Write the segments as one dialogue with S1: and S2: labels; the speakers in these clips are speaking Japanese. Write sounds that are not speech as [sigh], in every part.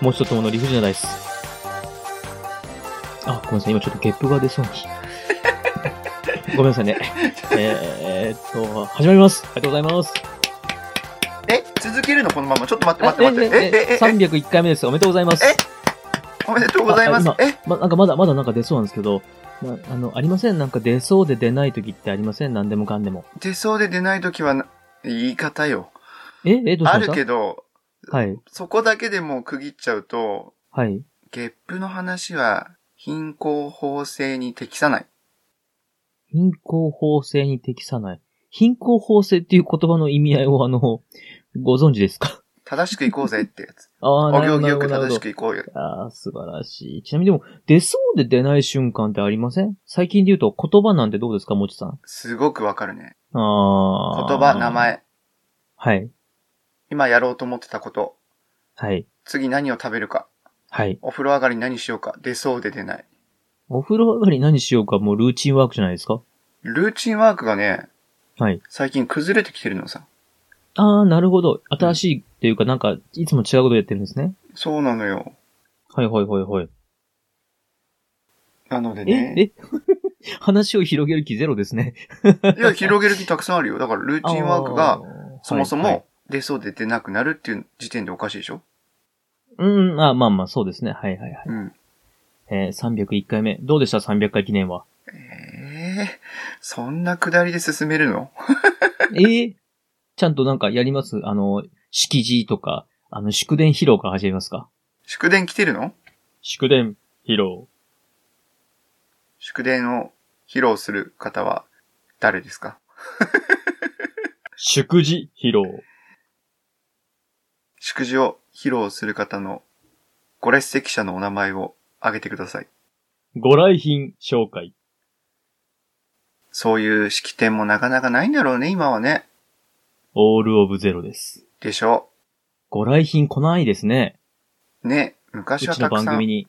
S1: もう一つもの理不尽なダイス。あ、ごめんなさい。今ちょっとゲップが出そう
S2: [laughs]
S1: に。ごめんなさいね。えーっと、始まります。ありがとうございます。
S2: え、続けるのこのまま。ちょっと待って待って待って。え、え、え、え、
S1: 301回目です。おめでとうございます。
S2: えおめでとうございます
S1: あ。
S2: え、
S1: ま、なんかまだまだなんか出そうなんですけど、なあの、ありませんなんか出そうで出ない時ってありません何でもかんでも。
S2: 出そうで出ないときはな、言い方よ。
S1: ええどうし
S2: あ
S1: まし
S2: る
S1: た
S2: けど、
S1: はい。
S2: そこだけでもう区切っちゃうと、
S1: はい。
S2: ゲップの話は、貧困法制に適さない。
S1: 貧困法制に適さない。貧困法制っていう言葉の意味合いをあの、ご存知ですか
S2: 正しく行こうぜってやつ。
S1: [laughs] ああ、
S2: お
S1: なる
S2: 行
S1: ほど。
S2: 儀よく
S1: なる
S2: 正
S1: ほ
S2: し
S1: ど
S2: く行こうよ。
S1: ああ、素晴らしい。ちなみにでも、出そうで出ない瞬間ってありません最近で言うと言葉なんてどうですか、もちさん。
S2: すごくわかるね。
S1: あ
S2: 言
S1: あ。
S2: 葉、名。前。
S1: はい。
S2: 今やろうと思ってたこと。
S1: はい。
S2: 次何を食べるか。
S1: はい。
S2: お風呂上がり何しようか。出そうで出ない。
S1: お風呂上がり何しようか、もうルーチンワークじゃないですか
S2: ルーチンワークがね、
S1: はい。
S2: 最近崩れてきてるのさ。
S1: ああ、なるほど。新しいっていうか、なんか、いつも違うことやってるんですね。
S2: そうなのよ。
S1: はいはいはいはい。
S2: なので
S1: え、
S2: ね。
S1: え [laughs] 話を広げる気ゼロですね。
S2: いや、広げる気たくさんあるよ。だから、ルーチンワーク
S1: あ
S2: が
S1: ー、、
S2: そもそ
S1: はいは
S2: も出そうで出なくなるっていう時点でおかしいでしょ
S1: いうん、あまあまあ、そうですね。はいはいはい。
S2: うん。
S1: えー、301回目。どうでした ?300 回記念は。
S2: ええそんな下りで進めるの
S1: えー、ちゃんとなんかやりますあの、式辞とか、あの、祝電披露から始めますか
S2: 祝電来てるの
S1: 祝電披露。
S2: 祝電を披露する方は誰ですか
S1: 祝辞披露。
S2: 祝辞を披露する方のご列席者のお名前を挙げてください。
S1: ご来賓紹介。
S2: そういう式典もなかなかないんだろうね、今はね。
S1: オールオブゼロです。
S2: でしょ
S1: ご来賓来ないですね。
S2: う。ね、
S1: う
S2: 昔は
S1: ち
S2: た
S1: の
S2: く
S1: 番
S2: さん。
S1: 組に。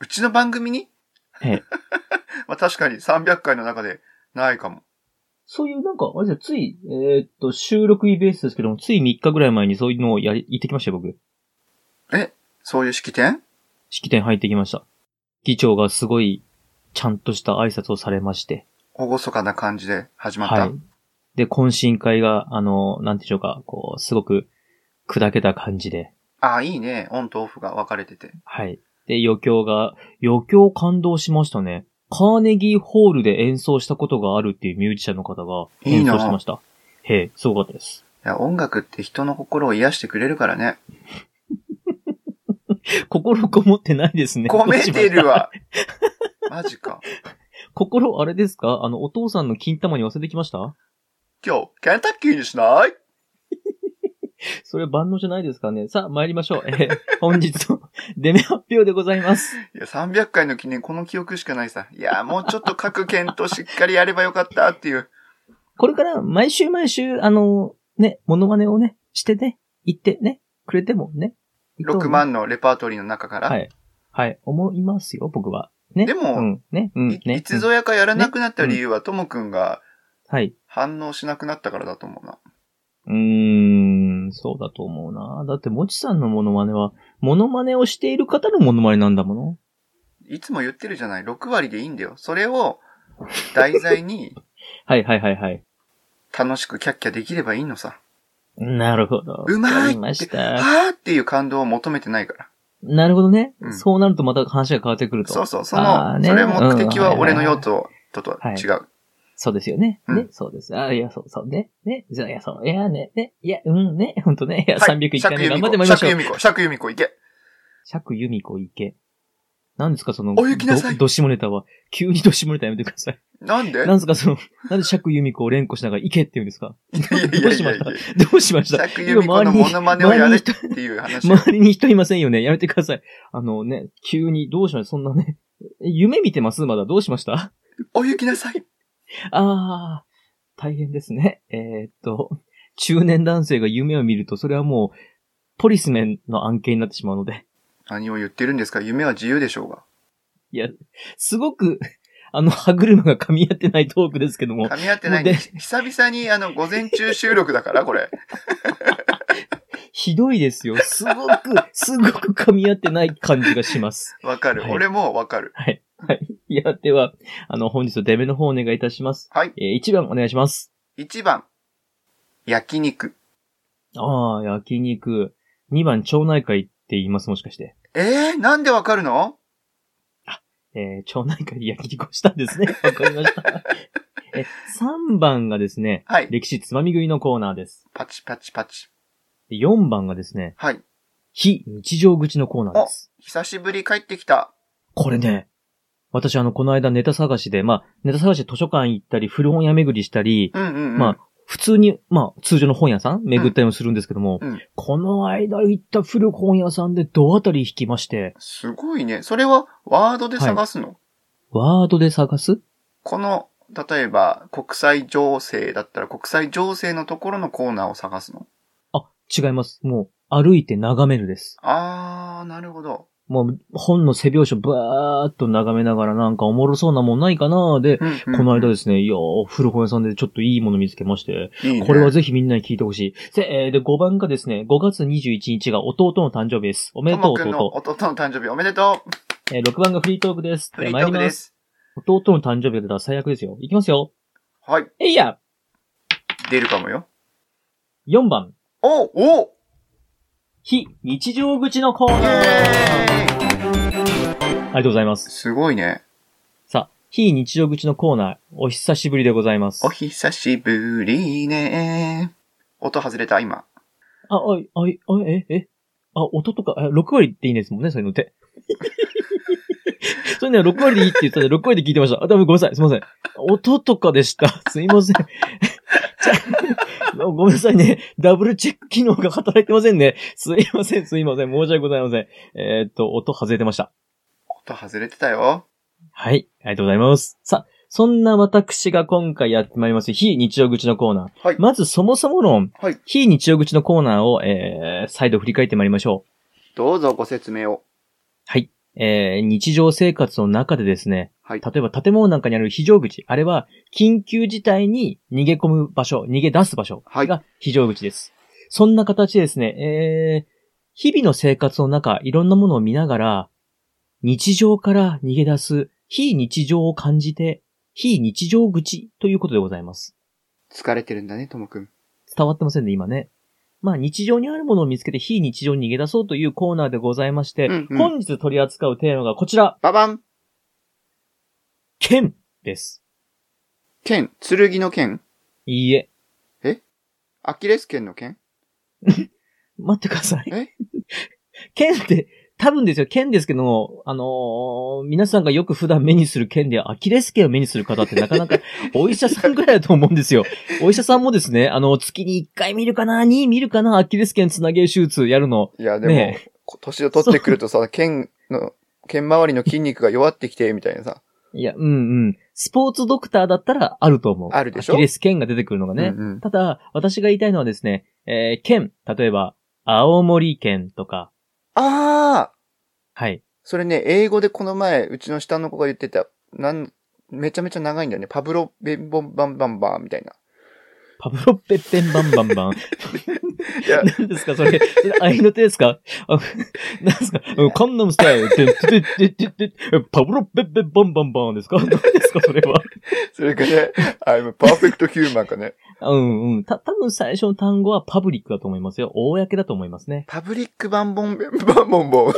S2: うちの番組に
S1: ええ
S2: [laughs] まあ確かに300回の中でないかも。
S1: そういうなんか、あれですよ、つい、えーっと、収録日ベースですけども、つい3日ぐらい前にそういうのをやり、行ってきましたよ、僕。
S2: そういう式典
S1: 式典入ってきました。議長がすごい、ちゃんとした挨拶をされまして。
S2: 厳かな感じで始まった。
S1: はい。で、懇親会が、あの、なんていうんでしょうか、こう、すごく、砕けた感じで。
S2: ああ、いいね。オンとオフが分かれてて。
S1: はい。で、余興が、余興感動しましたね。カーネギーホールで演奏したことがあるっていうミュージシャンの方が
S2: いい
S1: 演
S2: な
S1: 奏してました。へえ、すごかったです。
S2: いや、音楽って人の心を癒してくれるからね。
S1: 心こもってないですね。
S2: 込めてるわ。マジか。
S1: [laughs] 心、あれですかあの、お父さんの金玉に忘れてきました
S2: 今日、ケンタッキーにしない
S1: それ万能じゃないですかね。さあ、参りましょう。えー本日の [laughs] デメ発表でございます。
S2: いや、300回の記念、この記憶しかないさ。いや、もうちょっと各県としっかりやればよかったっていう。
S1: これから毎週毎週、あの、ね、モノマネをね、してね、言ってね、くれてもね。
S2: 6。万のレパートリーの中から。
S1: はい。はい、思いますよ、僕は。ね。
S2: でも
S1: うん、ね、うん、
S2: い
S1: ね。
S2: いつぞやかやらなくなった理由は、ともくんが
S1: うんはい。
S2: 反応しなくなったからだと思うな。
S1: うーん、そうだと思うな。だって、もちさんのモノマネは、モノマネをしている方のモノマネなんだもの。
S2: いつも言ってるじゃない。6割でいいんだよ。それを題材に
S1: はいはいはいはい。
S2: 楽しくキャッキャできればいいのさ。
S1: なるほど。
S2: うま
S1: わか
S2: い
S1: りま
S2: っ、
S1: してた。
S2: はーっていう感動を求めてないから。
S1: なるほどね、
S2: うん
S1: そうなるとまた話が変わってくると。
S2: そうそう、そ
S1: あー
S2: の、
S1: ね
S2: それ目的は
S1: うん
S2: 俺の用途ととは違う。
S1: そうですよね。
S2: うん
S1: ね、そうです。あ、いや、そう、そう、ね、ね、じゃあいや、そう、いや、ね、ね、いや、うん、ね、 [laughs] ほんとね、いや、
S2: はい
S1: 301回目頑張ってまいりまし
S2: 釈
S1: ょ
S2: 由
S1: う。
S2: 美子、釈由美子、いけ。
S1: 釈由美子行け。何ですか、その、
S2: お行きなさい
S1: ど、どしもネタは。急にどしもネタやめてください。
S2: なんで
S1: 何ですか、その、なんで釈由美子を連呼しながら行けって言うんですか
S2: いやい
S1: ど
S2: や
S1: う
S2: い
S1: しま
S2: や
S1: し
S2: い
S1: た
S2: や。
S1: どうしました
S2: 釈由美子のモノマネをやれっていう話。
S1: 周りに人いませんよね。やめてください。あのね、急にどうしましたそんなね、夢見てますまだどうしました
S2: [laughs] お行きなさい。
S1: ああ、大変ですね。 [laughs] えーっと、中年男性が夢を見ると、それはもう、ポリスメンの案件になってしまうので、
S2: 何を言ってるんですか夢は自由でしょうが。
S1: いや、すごく、あの、歯車が噛み合ってないトークですけども、
S2: 噛み合ってないんで、
S1: で
S2: 久々にあの、午前中収録だから、これ。
S1: ひどいですよ。すごく、すごく噛み合ってない感じがします。 [laughs]
S2: わかる。
S1: はい
S2: 俺もわかる。
S1: いや、では、あの、本日のデメの方お願いいたします。
S2: はい。
S1: えー、1番お願いします。
S2: 1番、焼肉。
S1: ああ、焼肉。2番、町内会って言います、もしかして。
S2: えー、なんでわかるの
S1: えー、町内会で焼肉をしたん
S2: [laughs]
S1: ですね。わかりました。え、3番がですね、
S2: はい。
S1: 歴史つまみ食いのコーナーです。
S2: パチパチパチ。
S1: 4番がですね、
S2: はい。
S1: 非日常口のコーナーです。
S2: 久しぶり帰ってきた。
S1: これね、私あの、この間ネタ探しで、まあ、ネタ探しで図書館行ったり、古本屋巡りしたり、
S2: うんうん、うん。
S1: まあ、普通に、まあ、通常の本屋さん巡ったりもするんですけども、
S2: うんうん
S1: この間行った古本屋さんでど当たり引きまして、
S2: すごいね。それはワードで探すの、
S1: ワードで探す
S2: この、例えば国際情勢だったら国際情勢のところのコーナーを探すの
S1: あ、違います。もう、歩いて眺めるです。
S2: あー、なるほど。
S1: もう、本の背表紙をバーっと眺めながらなんかおもろそうなもんないかなで、
S2: うんうん
S1: この間ですね、いやー古本屋さんでちょっといいもの見つけまして、
S2: いいね
S1: これはぜひみんなに聞いてほしい。で、えーで、5番がですね、5月21日が弟の誕生日です。おめで
S2: と
S1: とう、
S2: もくんの
S1: 弟。
S2: 弟の誕生日おめでとう
S1: えー6番がフリートークです。
S2: フリートーク
S1: 参り
S2: で
S1: ます。
S2: す。
S1: 弟の誕生日だったら最悪ですよ。いきますよ。
S2: はい。
S1: えいや
S2: 出るかもよ。
S1: !4 番、
S2: おうおう
S1: 非日常口のコーナ
S2: イ
S1: ーあ
S2: エーイ
S1: りがとうございます。
S2: すごいね。
S1: さあ、非日常口のコーナー、お久しぶりでございます
S2: お。久しぶりね。音外れた、今。
S1: あ、おい、おい、おい、え、え、あ、音とか、え6割っていいんですもんね、そういうのって。 [laughs] そういうのは6割でいいって言ってたんで、6割で聞いてました。あ、多分ごめんなさい、すいません。音とかでした。 [laughs] すいません。じゃごめんなさいね。ダブルチェック機能が働いてませんね。すいません、すいません。申し訳ございません。えーっと、音外れてました。
S2: 音外れてたよ。
S1: はい。ありがとうございます。さあ、そんな私が今回やってまいります、非日常口のコーナー。
S2: はい
S1: まず、そもそも論、
S2: はい。
S1: 非日常口のコーナーを、えー、再度振り返ってまいりましょう。
S2: どうぞご説明を。
S1: はい。えー、日常生活の中でですね、
S2: はい。
S1: 例えば建物なんかにある非常口、あれは緊急事態に逃げ込む場所、逃げ出す場所
S2: はい
S1: が非常口です。そんな形でですね、えー、日々の生活の中、いろんなものを見ながら、日常から逃げ出す非日常を感じて、非日常口ということでございます。
S2: 疲れてるんだね、ともくん。
S1: 伝わってませんね、今ね。まあ日常にあるものを見つけて非日常に逃げ出そうというコーナーでございまして、
S2: うんうん
S1: 本日取り扱うテーマがこちら、
S2: ババン
S1: 剣です。
S2: 剣剣の剣
S1: いいえ。
S2: アキレス剣の剣
S1: 待ってください
S2: え。
S1: 剣って、多分ですよ、剣ですけども、あのー皆さんがよく普段目にする剣で、アキレス腱を目にする方ってなかなかお医者さんぐらいだと思うんです
S2: [laughs]
S1: よ。お医者さんもですね、あの、月に1回見るかな、2見るかな、アキレス腱つなげる手術やるの。
S2: いや、でも、
S1: ね
S2: こ年を取ってくるとさ、剣の、剣周りの筋肉が弱ってきて、みたいなさ。
S1: いや、うんうん。スポーツドクターだったらあると思う。
S2: あるでしょ
S1: アキレス腱が出てくるのがね。
S2: うんうん
S1: ただ、私が言いたいのはですね、えー、剣、例えば、青森県とか、
S2: あー
S1: はい。
S2: それね、英語でこの前、うちの下の子が言ってた、なん、めちゃめちゃ長いんだよね。パブロ、ベンボンバンバンバンみたいな。
S1: パブロッペッペンバンバンバン。
S2: いや、
S1: 何ですかそれ、それ愛の手ですかあ何ですかうんカンナムスタイル、ててててててパブロッペッペンバンバンバンですか [laughs] 何ですかそれは。
S2: それがね、I'm perfect human かね。
S1: うんうん。た、多分最初の単語はパブリックだと思いますよ。公だと思いますね。
S2: パブリックバンボンベンバンボンボン。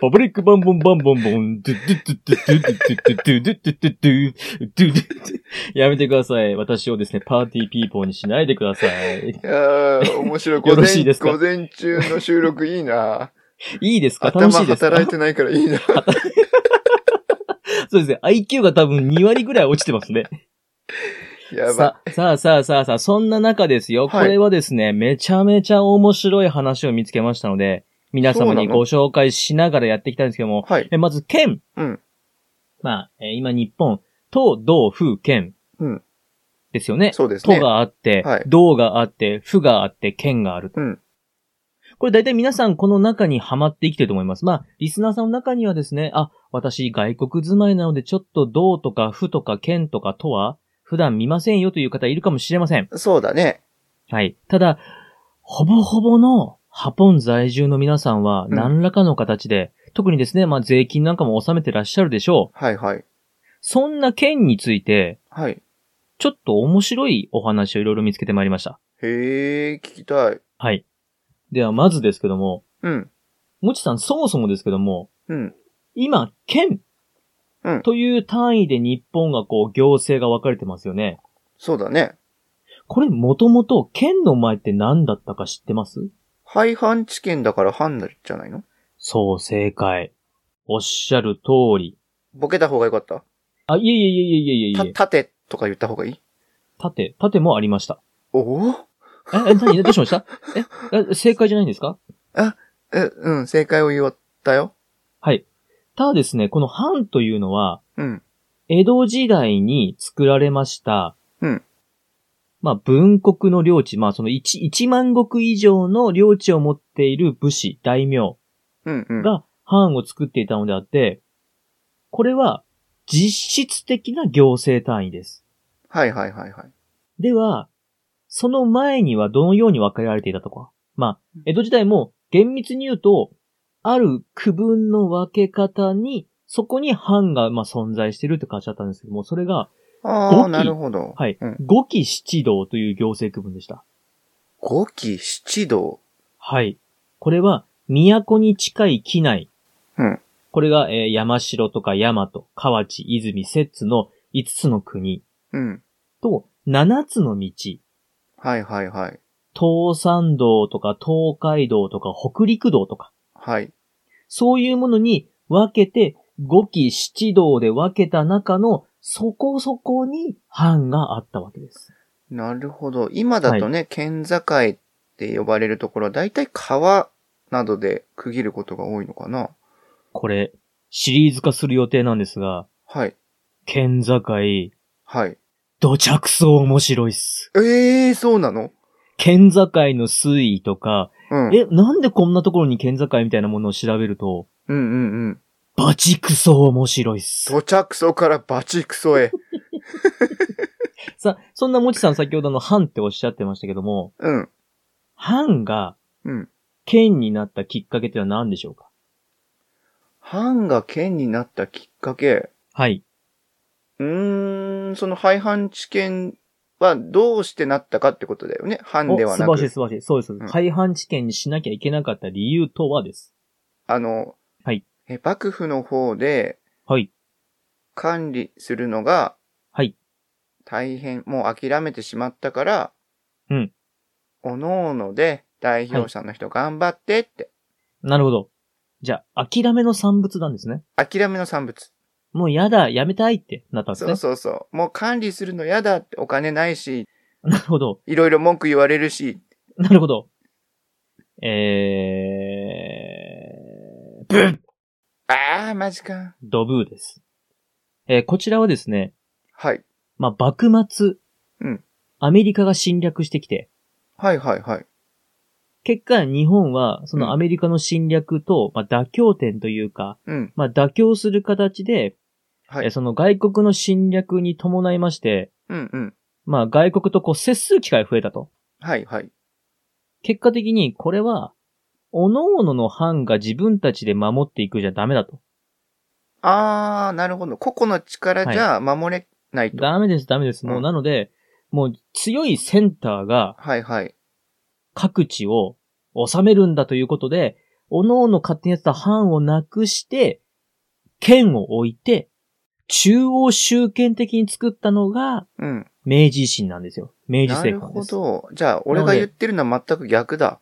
S1: パブリックバンボンバンボンボン、ドゥドゥドゥドゥドゥドゥドゥドゥドゥドゥドゥドゥドゥドゥやめてください。私をですね、パーティーピーポーにしないでください。
S2: いやー、面白い。
S1: [laughs]
S2: 午
S1: よろ
S2: 前
S1: しいですか
S2: 午前中の収録い
S1: [laughs]
S2: いない
S1: いですか
S2: 頭
S1: 楽しいですか
S2: 働いてないからいいな。 [laughs]
S1: そうですね。IQ が多分2割ぐらい落ちてますね。
S2: やば
S1: さ、さあさあさあさあ、そんな中ですよ。こ
S2: はい
S1: れはですね、めちゃめちゃ面白い話を見つけましたので、皆様
S2: そう
S1: に
S2: なの
S1: ご紹介しながらやっていきたいんですけども、
S2: い。はい。
S1: えまず、県。
S2: うん
S1: まあ、えー今日本、都、道、府、県。
S2: うん
S1: ですよね。
S2: そうです
S1: 都
S2: ね。
S1: があって
S2: はい、
S1: 道があって、府があって、県があると。
S2: うん
S1: これ大体皆さんこの中にはまって生きてると思います。まあ、リスナーさんの中にはですね、あ、私外国住まいなのでちょっと道とか府とか県とか都は普段見ませんよという方いるかもしれません。
S2: そうだね。
S1: はい。ただ、ほぼほぼのハポン在住の皆さんは
S2: うん
S1: 何らかの形で、特にですね、まあ税金なんかも納めてらっしゃるでしょう。
S2: はいはい。
S1: そんな県について、
S2: はい。
S1: ちょっと面白いお話をいろいろ見つけてまいりました。
S2: へえ、聞きたい。
S1: はい。ではまずですけども、
S2: うん。
S1: もちさんそもそもですけども、
S2: うん。
S1: 今、県
S2: うん
S1: という単位で日本がこう行政が分かれてますよね。
S2: そうだね。
S1: これもともと県の前って何だったか知ってます
S2: 廃藩置県だから藩じゃないの
S1: そう、正解。おっしゃる通り。
S2: ボケた方がよかった。
S1: あ、いえいえいえいえいえい
S2: た、
S1: えいえ。
S2: 盾とか言った方がいい
S1: 縦、縦もありました。
S2: おお
S1: え、え、何どうしましたええ、正解じゃないんですか
S2: え、うん、正解を言おったよ。
S1: はい。ただですね、この藩というのは、
S2: うん。
S1: 江戸時代に作られました。
S2: うん。
S1: まあ、文国の領地、まあ、その一一万石以上の領地を持っている武士、大名
S2: うん、うん。
S1: が藩を作っていたのであって、これは実質的な行政単位です。
S2: はいはいはいはい。
S1: では、その前にはどのように分けられていたとか。まあ、江戸時代も厳密に言うと、ある区分の分け方に、そこに藩がまあ存在してるって形だったんですけども、それが、
S2: あ
S1: 五
S2: あ、
S1: 期
S2: なるほど。
S1: はい
S2: うん。
S1: 五期七道という行政区分でした。
S2: 五期七道。
S1: はい。これは、都に近い機内。
S2: うん
S1: これが、えー山城とか大和、河内、泉、摂津の5つの国
S2: うん。
S1: と7つの道。
S2: はいはいはい。
S1: 東山道とか東海道とか北陸道とか、
S2: はい。
S1: そういうものに分けて、5期7道で分けた中のそこそこに藩があったわけです。
S2: なるほど。今だとね、県境って呼ばれるところは、だいたい川などで区切ることが多いのかな
S1: これ、シリーズ化する予定なんですが、
S2: はい。
S1: 県境、
S2: はい。
S1: 土着層面白いっす。
S2: ええー、そうなの
S1: 県境の水位とか、
S2: うん。
S1: え、なんでこんなところに県境みたいなものを調べると、
S2: うんうんうん。
S1: バチクソ面白いっす。
S2: 土着層からバチク
S1: [laughs]
S2: ソへ。
S1: さ、そんなもちさん先ほどの藩っておっしゃってましたけども、
S2: うん。
S1: 藩が
S2: うん。
S1: 県になったきっかけってのは何でしょうか
S2: 藩が県になったきっかけ。
S1: はい。
S2: うーん、その廃藩置県はどうしてなったかってことだよね。藩
S1: お
S2: で
S1: 素
S2: はな
S1: 晴らしい
S2: く。
S1: 素晴らしい。そうです。そうです
S2: うん
S1: 廃藩置県にしなきゃいけなかった理由とはです。
S2: あの、
S1: はい
S2: え、幕府の方で
S1: はい。
S2: 管理するのが、
S1: はい。
S2: 大変、もう諦めてしまったから、
S1: うん。
S2: おのおので代表者の人頑張ってって、
S1: なるほど。じゃあ、諦めの産物なんですね。
S2: 諦めの産物。
S1: もうやだ、やめたいってなったんです
S2: そ
S1: ね。
S2: うそうそう。もう管理するの嫌だって、お金ないし、
S1: なるほど。
S2: いろいろ文句言われるし、
S1: なるほど。えー、ブン
S2: ああ、マジか。
S1: ドブーです。えーこちらはですね、
S2: はい。
S1: まあ、幕末、
S2: うん
S1: アメリカが侵略してきて、
S2: はいはいはい。
S1: 結果日本はそのアメリカの侵略と、まあ、妥協点というか、
S2: うん。
S1: まあ、妥協する形で、
S2: は
S1: えー
S2: い。
S1: その外国の侵略に伴いまして、
S2: うんうん。
S1: まあ、外国とこう接する機会が増えたと。
S2: はいはい。
S1: 結果的にこれは、各々の藩が自分たちで守っていくじゃダメだと。
S2: ああ、なるほど。個々の力じゃ守れないと。
S1: ダメです、ダメです。もう
S2: うん
S1: なので、もう強いセンターが
S2: はいはい。
S1: 各地を治めるんだということで、各々勝手にやってた藩をなくして、県を置いて、中央集権的に作ったのが
S2: うん。
S1: 明治維新なんですよ。明治
S2: な
S1: 政
S2: る
S1: 府なん
S2: ほ
S1: です。
S2: ど。じゃあ、俺が言ってるのは全く逆だ。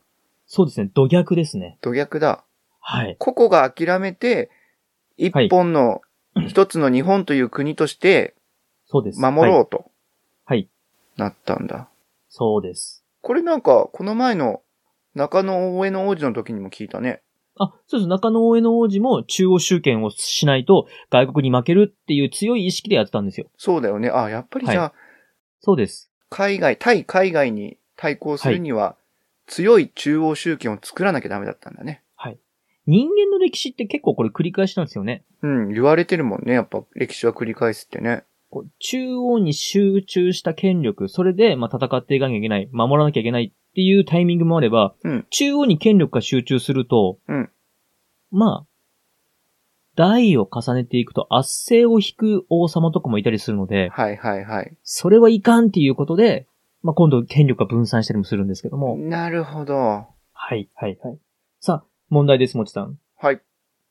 S1: そうですね、土逆ですね。
S2: 土逆だ。
S1: はい。
S2: 個々が諦めて、一
S1: はい
S2: 本の、一つの日本という国として
S1: そうです。
S2: 守
S1: はい
S2: ろうと。
S1: はい。
S2: なったんだ。
S1: そうです。
S2: これなんか、この前の中野大江の王子の時にも聞いたね。
S1: あ、そうです。中野大江の王子も中央集権をしないと外国に負けるっていう強い意識でやってたんですよ。
S2: そうだよね。あ、やっぱりじゃあ、
S1: そうです。
S2: 海外、対海外に対抗するには、強い中央集権を作らなきゃダメだったんだね。
S1: 人間の歴史って結構これ繰り返しなんですよね。
S2: うん、言われてるもんね。やっぱ歴史は繰り返すってね。
S1: こう中央に集中した権力、それで、まあ、戦っていかなきゃいけない、守らなきゃいけないっていうタイミングもあれば、
S2: うん
S1: 中央に権力が集中すると、
S2: うん
S1: まあ、代を重ねていくと圧政を引く王様とかもいたりするので、
S2: はいはいはい。
S1: それはいかんっていうことで、まあ、今度権力が分散したりもするんですけども、
S2: なるほど。
S1: はい、はい、はい。さあ、問題です、もちさん。
S2: はい。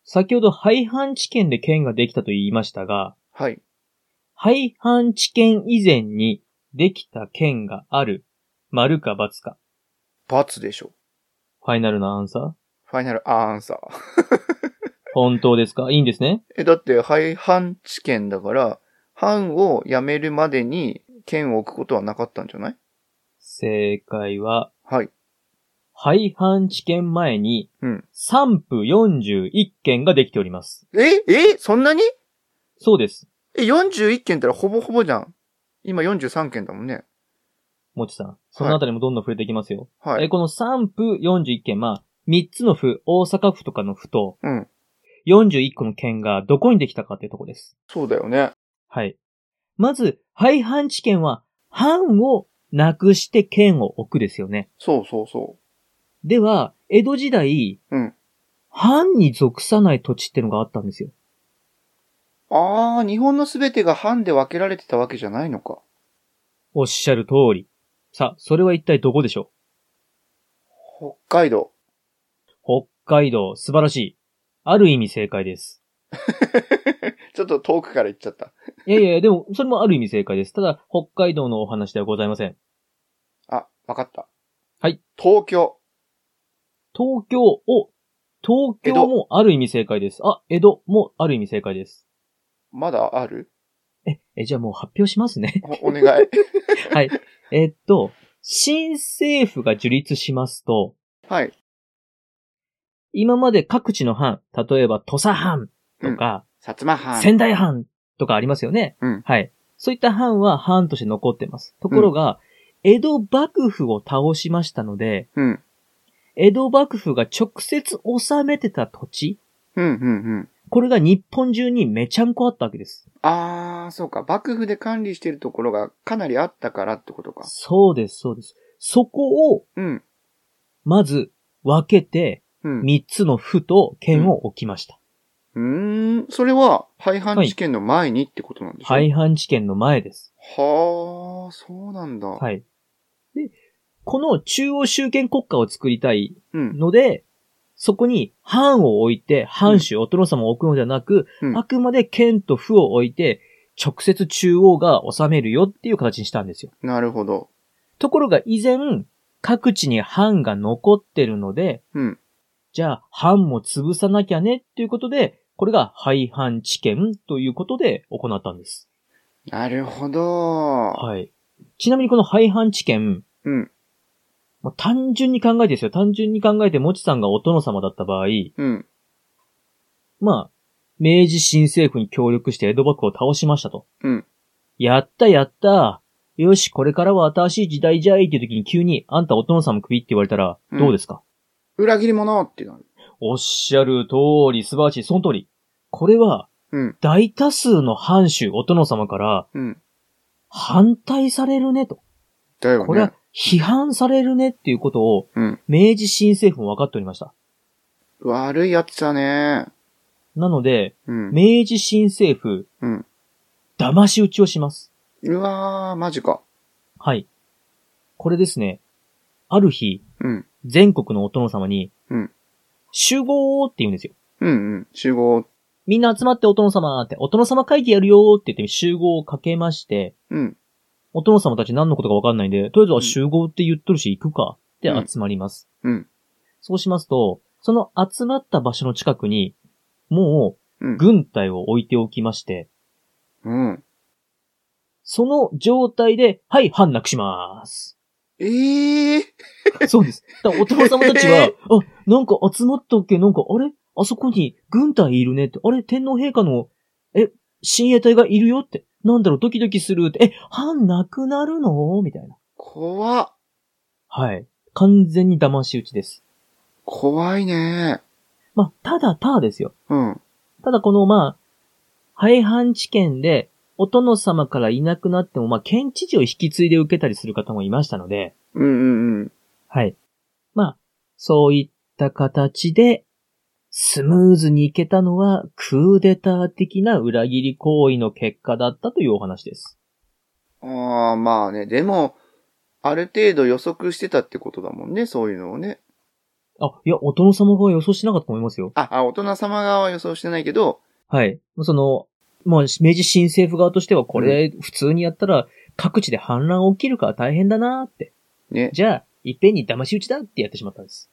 S1: 先ほど廃藩置県で県ができたと言いましたが、
S2: はい。
S1: 廃藩置県以前にできた県がある、丸か×か。
S2: 罰でしょ。
S1: ファイナルなアンサー
S2: ファイナルアンサー。
S1: 本当ですかいいんですね
S2: え、だって、廃藩置県だから、藩を辞めるまでに県を置くことはなかったんじゃない
S1: 正解は、
S2: はい。
S1: 廃藩置県前に
S2: うん。
S1: 3府41県ができております。
S2: ええそんなに
S1: そうです。
S2: え、41件ったらほぼほぼじゃん。今43件だもんね。
S1: もちさん。そのあたりもどんどん触れていきますよ。
S2: は
S1: え
S2: い。
S1: この3府41県、まあ、3つの府、大阪府とかの府と、
S2: うん。
S1: 41個の県がどこにできたかっていうとこです。
S2: そうだよね。
S1: はい。まず、廃藩置県は、藩をなくして県を置くですよね。
S2: そうそうそ
S1: では、江戸時代、
S2: うん
S1: 藩に属さない土地ってのがあったんですよ。
S2: う。あー、日本のすべてが藩で分けられてたわけじゃないのか。
S1: おっしゃる通り。さあ、それは一体どこでしょ
S2: 北海道。
S1: う北海道、素晴らしい。ある意味正解です。
S2: ちょっと遠くから言っちゃった。
S1: いやいやいや、でも、それもある意味正解です。ただ、北海道のお話ではございません。
S2: あ、わかった。
S1: はい。
S2: 東京。
S1: 東京を、東
S2: 江
S1: 京
S2: 戸
S1: もある意味正解です。あ、江戸もある意味正解です。
S2: まだある
S1: え、え、じゃあもう発表しますね。
S2: おお願い。
S1: [laughs] はい。えっと、新政府が樹立しますと、
S2: はい。
S1: 今まで各地の藩、例えば土佐藩とか、
S2: 薩摩藩。
S1: 仙台藩とかありますよね。
S2: うん
S1: はい。そういった藩は藩として残ってます。ところが、江戸幕府を倒しましたので、
S2: うん。
S1: 江戸幕府が直接治めてた土地、
S2: うん、うん、うん。
S1: これが日本中にめちゃんこあったわけです。
S2: あー、そうか。幕府で管理してるところがかなりあったからってことか。
S1: そうです、そうです。そこを、
S2: うん。
S1: まず、分けて、
S2: うん。
S1: 3つの府と県を置きました。
S2: うーん。それは、廃藩置県の前にってことなんでしょ
S1: 廃藩置県の前です。
S2: はー、そうなんだ。
S1: はい。で、この中央集権国家を作りたい
S2: うん。
S1: ので、そこに藩を置いて、藩主、お殿様を置くのではなく、
S2: うん
S1: あくまで県と府を置いて、直接中央が治めるよっていう形にしたんですよ。
S2: なるほど。
S1: ところが以前、各地に藩が残ってるので、
S2: うん。
S1: じゃあ、藩も潰さなきゃねっていうことで、これが廃藩置県ということで行ったんです。
S2: なるほど。
S1: はい。ちなみにこの廃藩置県、
S2: うん。
S1: まあ単純に考えてですよ。単純に考えて、もちさんがお殿様だった場合、
S2: うん。
S1: まあ、明治新政府に協力して江戸幕府を倒しましたと。
S2: うん
S1: やったやった。よし、これからは新しい時代じゃいっていう時に急に、あんたお殿様クビって言われたら、
S2: うん
S1: どうですか、
S2: 裏切り者ってなる。
S1: おっしゃる通り、素晴らしい、その通り。これは、
S2: うん。
S1: 大多数の藩主、お殿様から、
S2: うん。
S1: 反対されるねと。
S2: だよ
S1: これ
S2: ね
S1: は。、批判されるねっていうことを、
S2: うん。
S1: 明治新政府も分かっておりました。
S2: 悪いやつだね。
S1: なので、
S2: うん。
S1: 明治新政府、
S2: うん。
S1: 騙し討ちをします。
S2: うわー、マジか。
S1: はい。これですね。ある日、
S2: うん。
S1: 全国のお殿様に、
S2: うん
S1: 集合って言うんですよ。
S2: うんうん。集合。
S1: みんな集まってお殿様って、お殿様会議やるよって言って集合をかけまして、
S2: うん。
S1: お殿様たち何のことかわかんないんで、とりあえずは集合って言っとるし行くかって集まります。
S2: うん。
S1: そうしますと、その集まった場所の近くに、も
S2: う。
S1: うん軍隊を置いておきまして、
S2: うん。
S1: その状態で、はい、反なくします。
S2: ええー。
S1: そうです。だからお父様たちは、あ、なんか集まったっけなんか、あれあそこに軍隊いるねって、あれ天皇陛下の、え、親衛隊がいるよって、なんだろう、ドキドキするって、え、反なくなるのみたいな。
S2: 怖っ。
S1: はい。完全に騙し討ちです。
S2: 怖いね。
S1: まあ、ただただですよ。
S2: うん。
S1: ただこの、まあ、廃藩置県で、お殿様からいなくなっても、まあ、県知事を引き継いで受けたりする方もいましたので、
S2: うんうんうん。
S1: はい。まあ、そういった形で、スムーズにいけたのは、クーデター的な裏切り行為の結果だったというお話です。
S2: ああ、まあね。でも、ある程度予測してたってことだもんね、そういうのをね。
S1: あ、いや、お殿様が予想しなかったと思いますよ。
S2: あ、あ大人様側は予想してないけど、
S1: はい。その、まあ、明治新政府側としては、これ、普通にやったら、各地で反乱起きるから大変だなーって。
S2: ね。
S1: じゃあ、いっぺんに騙し討ちだってやってしまったんです。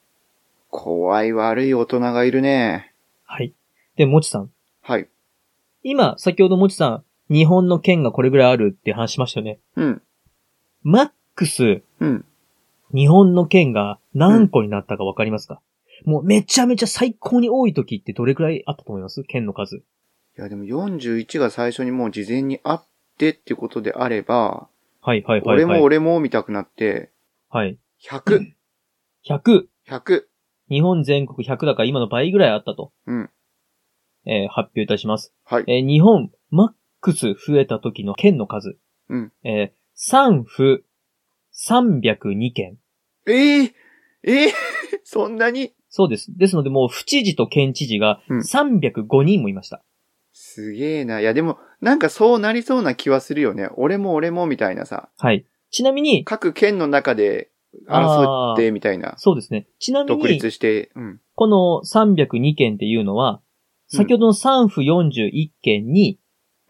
S2: 怖い悪い大人がいるね。
S1: はい。で、もちさん。
S2: はい。
S1: 今、先ほどもちさん、日本の県がこれぐらいあるって話しましたよね。
S2: うん。
S1: マックス、
S2: うん。
S1: 日本の県が何個になったかわかりますか、もうめちゃめちゃ最高に多い時ってどれくらいあったと思います県の数。
S2: いや、でも41が最初にもう事前にあってってことであれば、
S1: はいはいはい、はい。
S2: 俺も俺も見たくなって、
S1: はい。
S2: 100、
S1: 100。
S2: 100。
S1: 日本全国100だから今の倍ぐらいあったと。
S2: うん
S1: えー発表いたします。
S2: はい
S1: えー日本、マックス増えた時の県の数。
S2: うん
S1: えー、3府、302県。
S2: ええええ [laughs] そんなに
S1: そうです。ですのでもう、府知事と県知事が
S2: うん
S1: 305人もいました。
S2: すげえな。いや、でも、なんかそうなりそうな気はするよね。俺も俺もみたいなさ。
S1: はい。ちなみに、
S2: 各県の中で争ってみたいな。
S1: そうですね。ちなみ
S2: 独
S1: に
S2: 立、して。うん。
S1: この302県っていうのは、先ほどの3府41県に、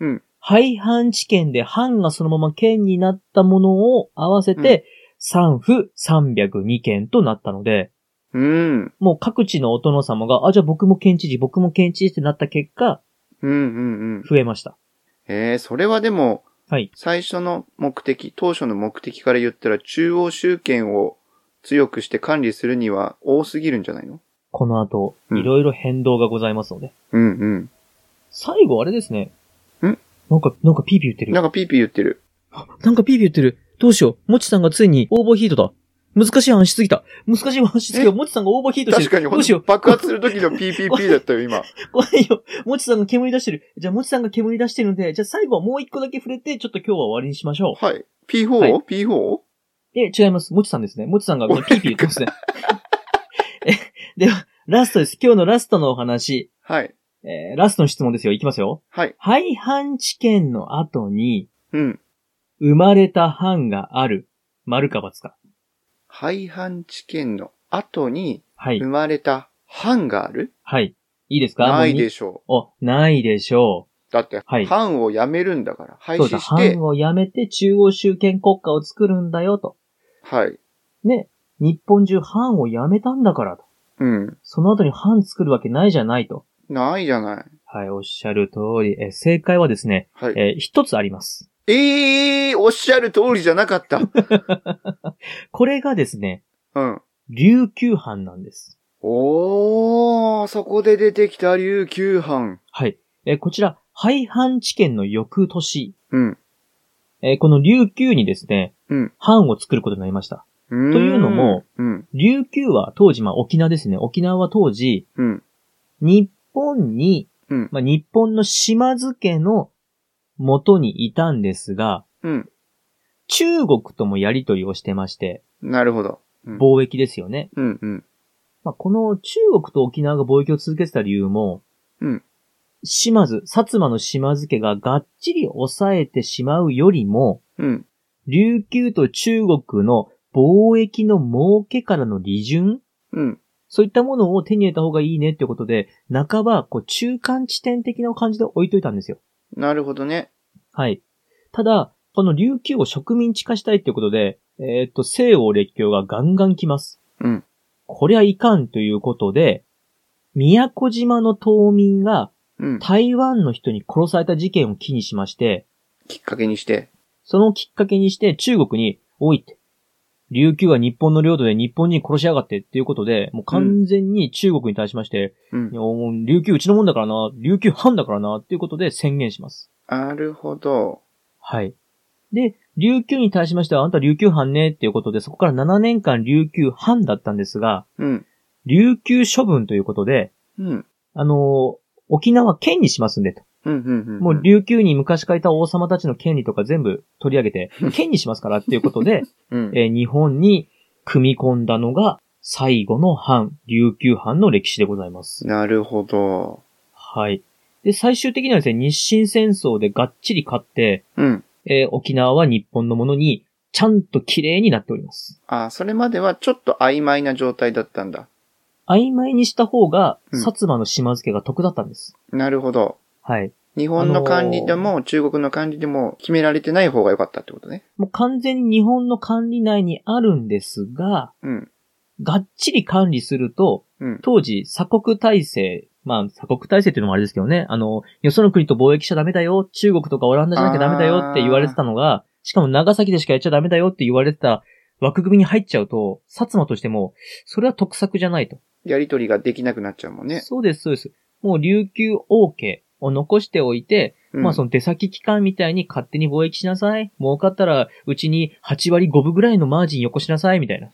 S2: うん
S1: 廃藩置県で藩がそのまま県になったものを合わせて、3府302県となったので、
S2: うん。
S1: もう各地のお殿様が、あ、じゃあ僕も県知事、僕も県知事ってなった結果、
S2: うんうんうん。
S1: 増えました。
S2: ええそれはでも、
S1: はい
S2: 最初の目的、当初の目的から言ったら中央集権を強くして管理するには多すぎるんじゃないの
S1: この後、
S2: うん
S1: いろいろ変動がございますので。
S2: うん
S1: 最後あれですね。
S2: ん
S1: なんか、なんかピーピー言って
S2: う
S1: る
S2: ん。。なんかピーピー言ってる。
S1: なんかピーピー言ってる。どうしよう。もちさんがついにオーバーヒートだ。難しい話しすぎた。難しい話しすぎた。
S2: え
S1: もちさんがオーバーヒートして
S2: 確
S1: る。
S2: かに
S1: どうしよう。
S2: 爆発する時の PPP だったよ、今。
S1: [laughs] 怖いよ。もちさんが煙出してる。じゃあ、もちさんが煙出してるので、じゃあ最後はもう一個だけ触れて、ちょっと今日は終わりにしましょう。
S2: はい。P4?P4?
S1: はいえ、違います。もちさんですね。もちさんが
S2: [laughs]
S1: これピーピー言ってますね。 [laughs] え、では、ラストです。今日のラストのお話。
S2: はい。
S1: えーラストの質問ですよ。いきますよ。
S2: はい。
S1: 廃藩置県の後に、
S2: うん。
S1: 生まれた藩がある。丸か×か。
S2: 廃藩置県の後に
S1: はい
S2: 生。まれた藩がある、
S1: はい。いいですか
S2: ないで
S1: し
S2: しょ
S1: お、ないでしょ
S2: う。だって、
S1: はい
S2: 藩を辞めるんだから、
S1: う。
S2: 廃
S1: そうで
S2: 止
S1: す。
S2: して
S1: 藩、を辞めて中央集権国家を作るんだよと。
S2: はい。
S1: ね。日本中藩を辞めたんだからと。
S2: うん。
S1: その後に藩作るわけないじゃないと。
S2: ないじゃない。
S1: はい、おっしゃる通り。えー正解はですね、
S2: はい。
S1: えー一つあります。
S2: ええー、おっしゃる通りじゃなかった。 [laughs]
S1: これがですね、
S2: うん。
S1: 琉球藩なんです。
S2: おー、そこで出てきた琉球藩。
S1: はい。えーこちら、廃藩置県の翌年、
S2: うん。
S1: えーこの琉球にですね、
S2: うん
S1: 藩を作ることになりました。
S2: とい
S1: いうのも、
S2: うん、
S1: 琉球は当時、まあ沖縄ですね。沖縄は当時、
S2: うん、
S1: 日本に、
S2: うん
S1: まあ、日本の島津家の元にいたんですが、
S2: うん。
S1: 中国ともやりとりをしてまして、
S2: なるほど。うん
S1: 貿易ですよね。
S2: うん、うん。
S1: まあ、この中国と沖縄が貿易を続けてた理由も、
S2: うん
S1: 島津、薩摩の島津家ががっちり抑えてしまうよりも、
S2: うん。
S1: 琉球と中国の貿易の儲けからの利潤
S2: うん。
S1: そういったものを手に入れた方がいいねっていうことで、半ば、こう、中間地点的な感じで置いといたんですよ。
S2: なるほどね。
S1: はい。ただ、この琉球を植民地化したいっていうことで、えーっと、西欧列強がガンガン来ます。
S2: うん。
S1: こりゃいかんということで、宮古島の島民が
S2: うん。
S1: 台湾の人に殺された事件を機にしまして、
S2: きっかけにして。
S1: そのきっかけにして中国に、おいって、琉球は日本の領土で日本人殺しやがってっていうことで、もう完全に中国に対しまして、
S2: うん
S1: いや。もう琉球うちのもんだからな、琉球藩だからな、っていうことで宣言します。
S2: なるほど。
S1: はい。で、琉球に対しましては、あんた琉球藩ねっていうことで、そこから7年間琉球藩だったんですが、
S2: うん。
S1: 琉球処分ということで、
S2: うん。
S1: あのー沖縄県にしますんでと。
S2: うんうんんん
S1: もう琉球に昔書いた王様たちの権利とか全部取り上げて、権にしますからっていうことで、
S2: うん
S1: えー日本に組み込んだのが最後の藩、琉球藩の歴史でございます。
S2: なるほど。
S1: はい。で、最終的にはですね、日清戦争でがっちり勝って、
S2: うん。
S1: えー沖縄は日本のものに、ちゃんと綺麗になっております。
S2: あ、それまではちょっと曖昧な状態だったんだ。
S1: 曖昧にした方が、
S2: うん
S1: 薩摩の島漬けが得だったんです。
S2: なるほど。
S1: はい。
S2: 日本の管理でも、中国の管理でも決められてない方が良かったってことね。
S1: もう完全に日本の管理内にあるんですが、
S2: うん。
S1: がっちり管理すると、
S2: うん。
S1: 当時、鎖国体制、まあ、鎖国体制っていうのもあれですけどね、あの、よその国と貿易しちゃダメだよ、中国とかオランダじゃなきゃダメだよって言われてたのが、しかも長崎でしかやっちゃダメだよって言われてた枠組みに入っちゃうと、薩摩としても、それは得策じゃないと。
S2: やりとりができなくなっちゃうもんね。
S1: そうです、そうです。もう琉球王家を残しておいて、
S2: うん、
S1: まあその出先機関みたいに勝手に貿易しなさい。儲かったら、うちに8割5分ぐらいのマージンよこしなさい、みた
S2: [laughs]
S1: いな。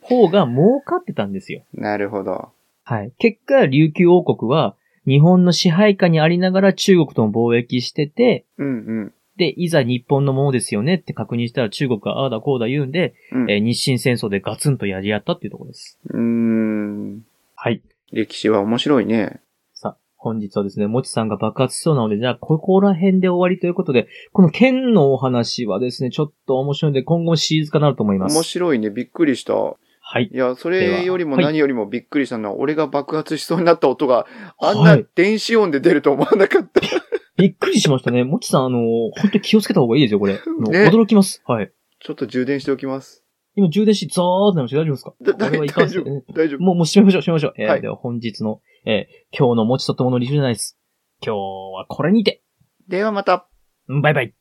S1: 方が儲かってたんですよ。
S2: なるほど。
S1: はい。結果、琉球王国は、日本の支配下にありながら中国とも貿易してて、
S2: うん
S1: で、いざ日本のものですよねって確認したら中国がああだこうだ言うんで、
S2: うん。うん。
S1: えー日清戦争でガツンとやり合ったっていうところです。
S2: うーん。
S1: はい。
S2: 歴史は面白いね。
S1: さあ、本日はですね、もちさんが爆発しそうなので、じゃあ、ここら辺で終わりということで、この剣のお話はですね、ちょっと面白いので、今後もシリーズ化になると思いま
S2: 面
S1: す。
S2: 白いね。びっくりした。
S1: はい
S2: い。や、それよりも
S1: では
S2: 何よりもびっくりしたのは、俺が爆発しそうになった音があん
S1: は
S2: ない電子音で出ると思わなかった。
S1: びっくりしましたね。もちさん、あのー本当に気をつけた方がいいですよ、これ。もう
S2: [laughs] ね
S1: 驚きます。はい。
S2: ちょっと充電しておきます。
S1: 今、充電し、ザーってなりました。大丈夫ですか
S2: だ、だ
S1: これは
S2: 大
S1: いかんせ
S2: 丈
S1: うん
S2: 夫。大丈夫。
S1: もう、もう閉めましょう、閉めましょう。えー
S2: はい
S1: では本日の、えー今日の持ちとってもの理由じゃないです。今日はこれにて。
S2: ではまた。
S1: バイバイ。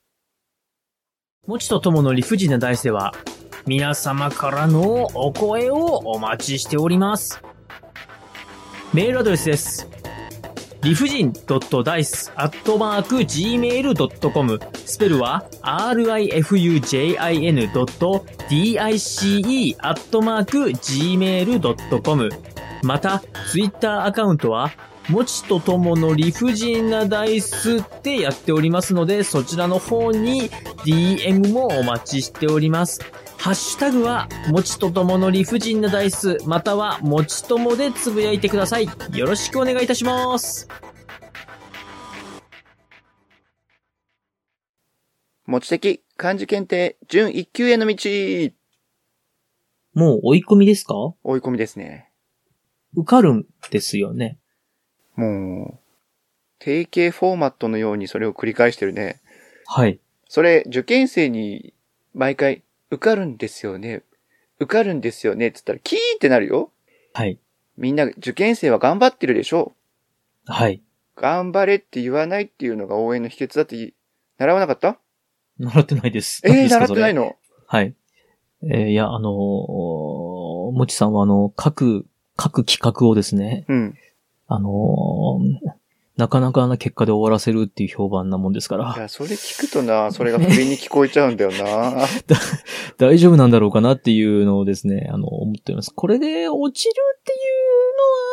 S1: もちとともの理不尽なダイスでは、皆様からのお声をお待ちしております。メールアドレスです。理不尽 .dice.gmail.com スペルは rifujin.dice.gmail.com また、ツイッターアカウントはもちとともの理不尽なダイスってやっておりますので、そちらの方に DM もお待ちしております。ハッシュタグは、もちとともの理不尽なダイス、または、もちともでつぶやいてください。よろしくお願いいたします。
S2: 持ち的漢字検定準1級への道追い
S1: もう追い込みですか
S2: 込みですね。
S1: 受かるんですよね。
S2: もう、定型フォーマットのようにそれを繰り返してるね。
S1: はい。
S2: それ、受験生に毎回、受かるんですよね。受かるんですよね。っつったら、キーってなるよ。
S1: はい。
S2: みんな、受験生は頑張ってるでしょう。
S1: はい。
S2: 頑張れって言わないっていうのが応援の秘訣だって、習わなかった
S1: 習ってないです。
S2: ええー、習ってない
S1: の
S2: の
S1: はい。えーいや、あのーもちさんはあの、各、各企画をですね、
S2: うん。
S1: あのーなかなかな結果で終わらせるっていう評判なもんですか
S2: い
S1: ら、
S2: や、それ聞くとな、それが不倫に聞こえちゃうんだ
S1: [laughs]
S2: よな。
S1: 大丈夫なんだろうかなっていうのをですね、あの、思っております。これで落ちるってい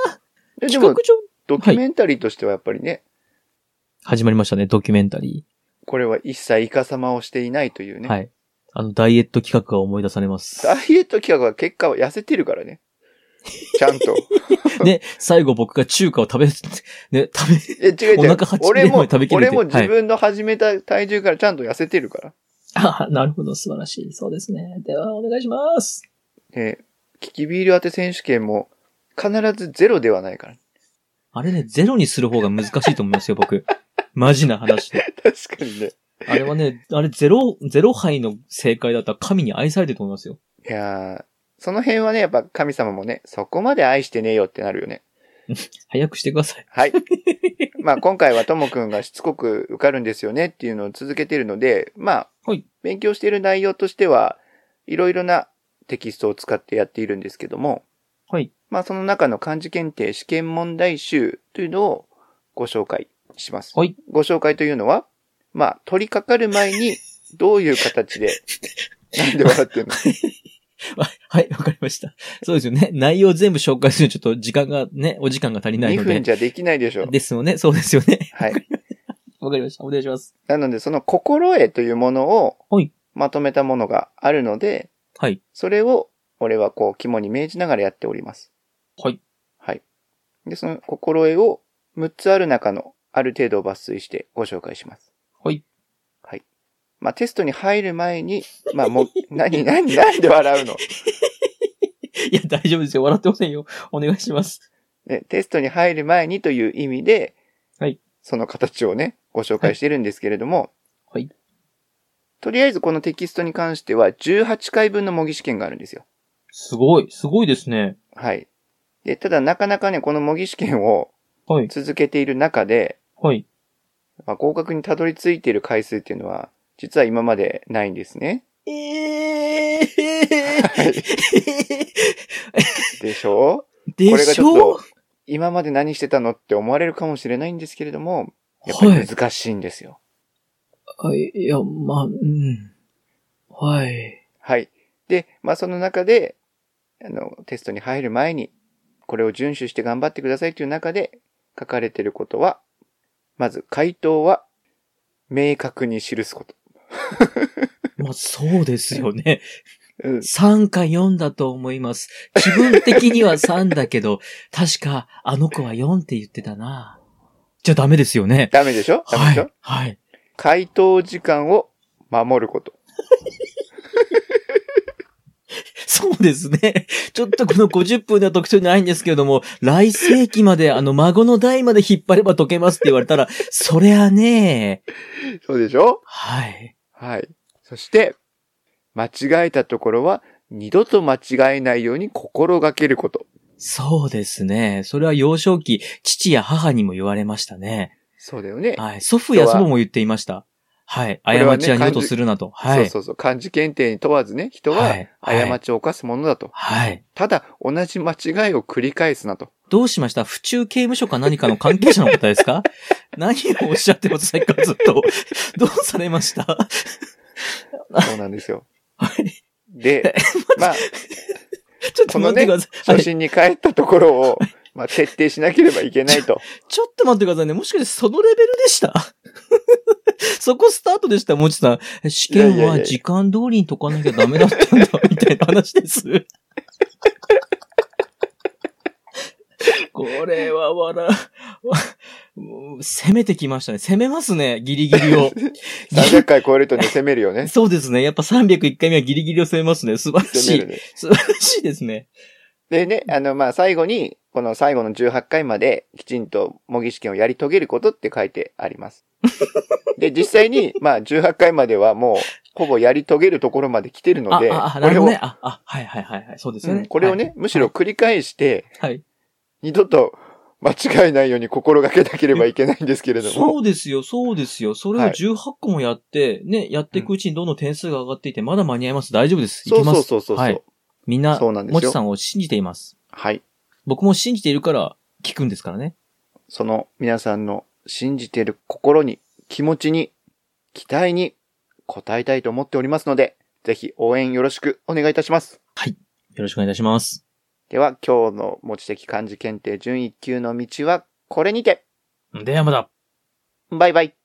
S1: うのは、
S2: でで
S1: 企
S2: も
S1: 画、上、
S2: ドキュメンタリーとしてはやっぱりね、
S1: 始まりましたね、ドキュメンタリ
S2: これは一切イカ様をしていないという
S1: ー。
S2: ね。
S1: はい。あの、ダイエット企画が思い出され [laughs] ます。
S2: ダイエット企画は結果は痩せてるからね。ちゃんと。
S1: で、最後僕が中華を食べ、 [laughs] ね、食べ、 [laughs]
S2: え、違う違
S1: お
S2: う
S1: 腹。8
S2: 俺も
S1: キロまで食べ、きれ
S2: 俺
S1: て
S2: も自分の始めた体重からちゃんと痩せてるから。
S1: あなるほど、素晴らしい。そうですね。では、お願いします。
S2: え、キキビール当て選手権も必ずゼロではないから。 [laughs]
S1: あれね、ゼロにする方が難しいと思いますよ、 [laughs] 僕。マジな話で。
S2: 確かにね。
S1: あれはね、あれゼロ、ゼロ杯の正解だったら神に愛されてると思いますよ。
S2: いやー、その辺はね、やっぱ神様もね、そこまで愛してねえよってなるよね。
S1: 早くしてください。 [laughs]
S2: はい。まあ今回はともくんがしつこく受かるんですよねっていうのを続けてるので、まあ、
S1: はい
S2: 勉強している内容としては、いろいろなテキストを使ってやっているんですけども、
S1: はい。
S2: まあその中の漢字検定試験問題集というのをご紹介します。
S1: はい
S2: ご紹介というのは、ま
S1: [laughs]
S2: あ取り掛かる前にどういう形で、なんで笑ってんの
S1: はい、わかりました。そうですよね。内容全部紹介するちょっと時間がね、お時間が足りない
S2: 2
S1: の
S2: 分
S1: で。
S2: じゃできないでしょう。
S1: ですよね。そうですよね。
S2: はい。
S1: わかりました。お願いします。
S2: なので、その心得というものを
S1: はい、
S2: まとめたものがあるので、
S1: はい。
S2: それを、俺はこう、肝に銘じながらやっております。
S1: はい。
S2: はい。で、その心得を6つある中のある程度を抜粋してご紹介します。
S1: はい。
S2: はい。まあ、テストに入る前に、まあ、もう、 [laughs] 何、何、何で笑うの
S1: いや、大丈夫ですよ。笑ってませんよ。お願いします。
S2: ね、テストに入る前にという意味で、
S1: はい
S2: その形をね、ご紹介してるんですけれども、
S1: はいはい
S2: とりあえずこのテキストに関しては18回分の模擬試験があるんですよ。
S1: すごい、すごいですね。
S2: はい。で、ただなかなかね、この模擬試験を
S1: はい、
S2: 続けている中で、
S1: はい。
S2: まあ、合格にたどり着いている回数っていうのは、実は今までないんですね。
S1: ええ
S2: はいでしょうこ
S1: で
S2: れが
S1: し
S2: ちょ
S1: ょ
S2: っ
S1: う
S2: と、今まで何してたのって思われるかもしれないんですけれども、やっぱり難しいんですよ。
S1: はい、いや、まあ、うん。はい。
S2: はい。で、まあその中で、あの、テストに入る前に、これを遵守して頑張ってくださいという中で書かれていることは、まず回答は、明確に記すこと。
S1: まあ、そうですよね。
S2: うん。
S1: 3か4だと思います。気分的には3だけど、 [laughs] 確かあの子は4って言ってたな。じゃあダメですよね。
S2: ダメでしょダメ
S1: は
S2: でしょ、
S1: い。はい。
S2: 回答時間を守ること。
S1: そうですね。ちょっとこの50分では特徴ないんですけれども、来世紀まであの孫の代まで引っ張れば解けますって言われたら、そりゃね、
S2: そうでしょ
S1: はい。
S2: はい。そして、間違えたところは、二度と間違えないように心がけること。
S1: そうですね。それは幼少期、父や母にも言われましたね。
S2: そうだよね。
S1: はい。祖父や祖母も言っていました。はい。
S2: れは
S1: 過
S2: ね
S1: ちは二度とするなと。は
S2: そう
S1: い。
S2: そうそう。漢字検定に問わずね、人
S1: は
S2: はい
S1: はい
S2: 過ちを犯すものだと。
S1: はい。
S2: ただ、同じ間違いを繰り返すなと。
S1: どうしました府中刑務所か何かの関係者の方です
S2: [laughs]
S1: か何をおっしゃってますさっきからずっと。どうされました
S2: そうなんですよ。
S1: はい。 [laughs]
S2: で、まあ、
S1: ちょっと
S2: こ
S1: 待
S2: の
S1: って
S2: ね、
S1: ください。
S2: 初
S1: はい
S2: 心に帰ったところを、まあ、徹底しなければいけないと。
S1: ちょっと待ってくださいね。もしかしてそのレベルでした [laughs] そこスタートでした、もちさん。試
S2: いやい
S1: 験
S2: やい
S1: は
S2: や
S1: 時間通りに解かなきゃダメだったんだ、みたいな話です。これは笑うわ。もう攻めてきましたね。攻めますね、ギリギリ
S2: [laughs]
S1: を。
S2: 300回超えるとね、攻めるよ
S1: [laughs]
S2: ね。
S1: そうですね。やっぱ301回目はギリギリを攻めますね。素晴らし
S2: 攻める
S1: い。
S2: ね。
S1: 素晴らしいですね。
S2: でね、あの、まあ、最後に、この最後の18回まで、きちんと模擬試験をやり遂げることって書いてあ
S1: [laughs]
S2: ります。で、実際に、まあ、18回まではもう、ほぼやり遂げるところまで来てるの
S1: あ
S2: で、、
S1: あ、あ
S2: こ
S1: な
S2: れ
S1: るほ
S2: を、
S1: どね。あ、あ、はいはいはいはい。そうです
S2: う
S1: よ
S2: ん
S1: ね。
S2: これをね、むしろ繰り返して、
S1: はい。はい。
S2: 二度と間違えないように心がけなければいけないんですけれども。
S1: そうですよ、そうですよ。それを
S2: はい
S1: 18個もやって、ね、やっていくうちにどんどん点数が上がっていて、まだ間に合います。大丈夫です。い
S2: そ
S1: け
S2: う
S1: ます。
S2: そうそうそうそう。は
S1: はいい。。みんな、
S2: そうなんですよ
S1: もちさんを信じています。僕も信じているから、聞くんですからね。
S2: その皆さんの信じている心に、気持ちに、期待に応えたいと思っておりますので、ぜひ応援よろしくお願いいたします。
S1: よろしくお願いいたします。
S2: では、今日の持ち的漢字検定準一級の道はこれにて。
S1: ではまだ。
S2: バイバイ。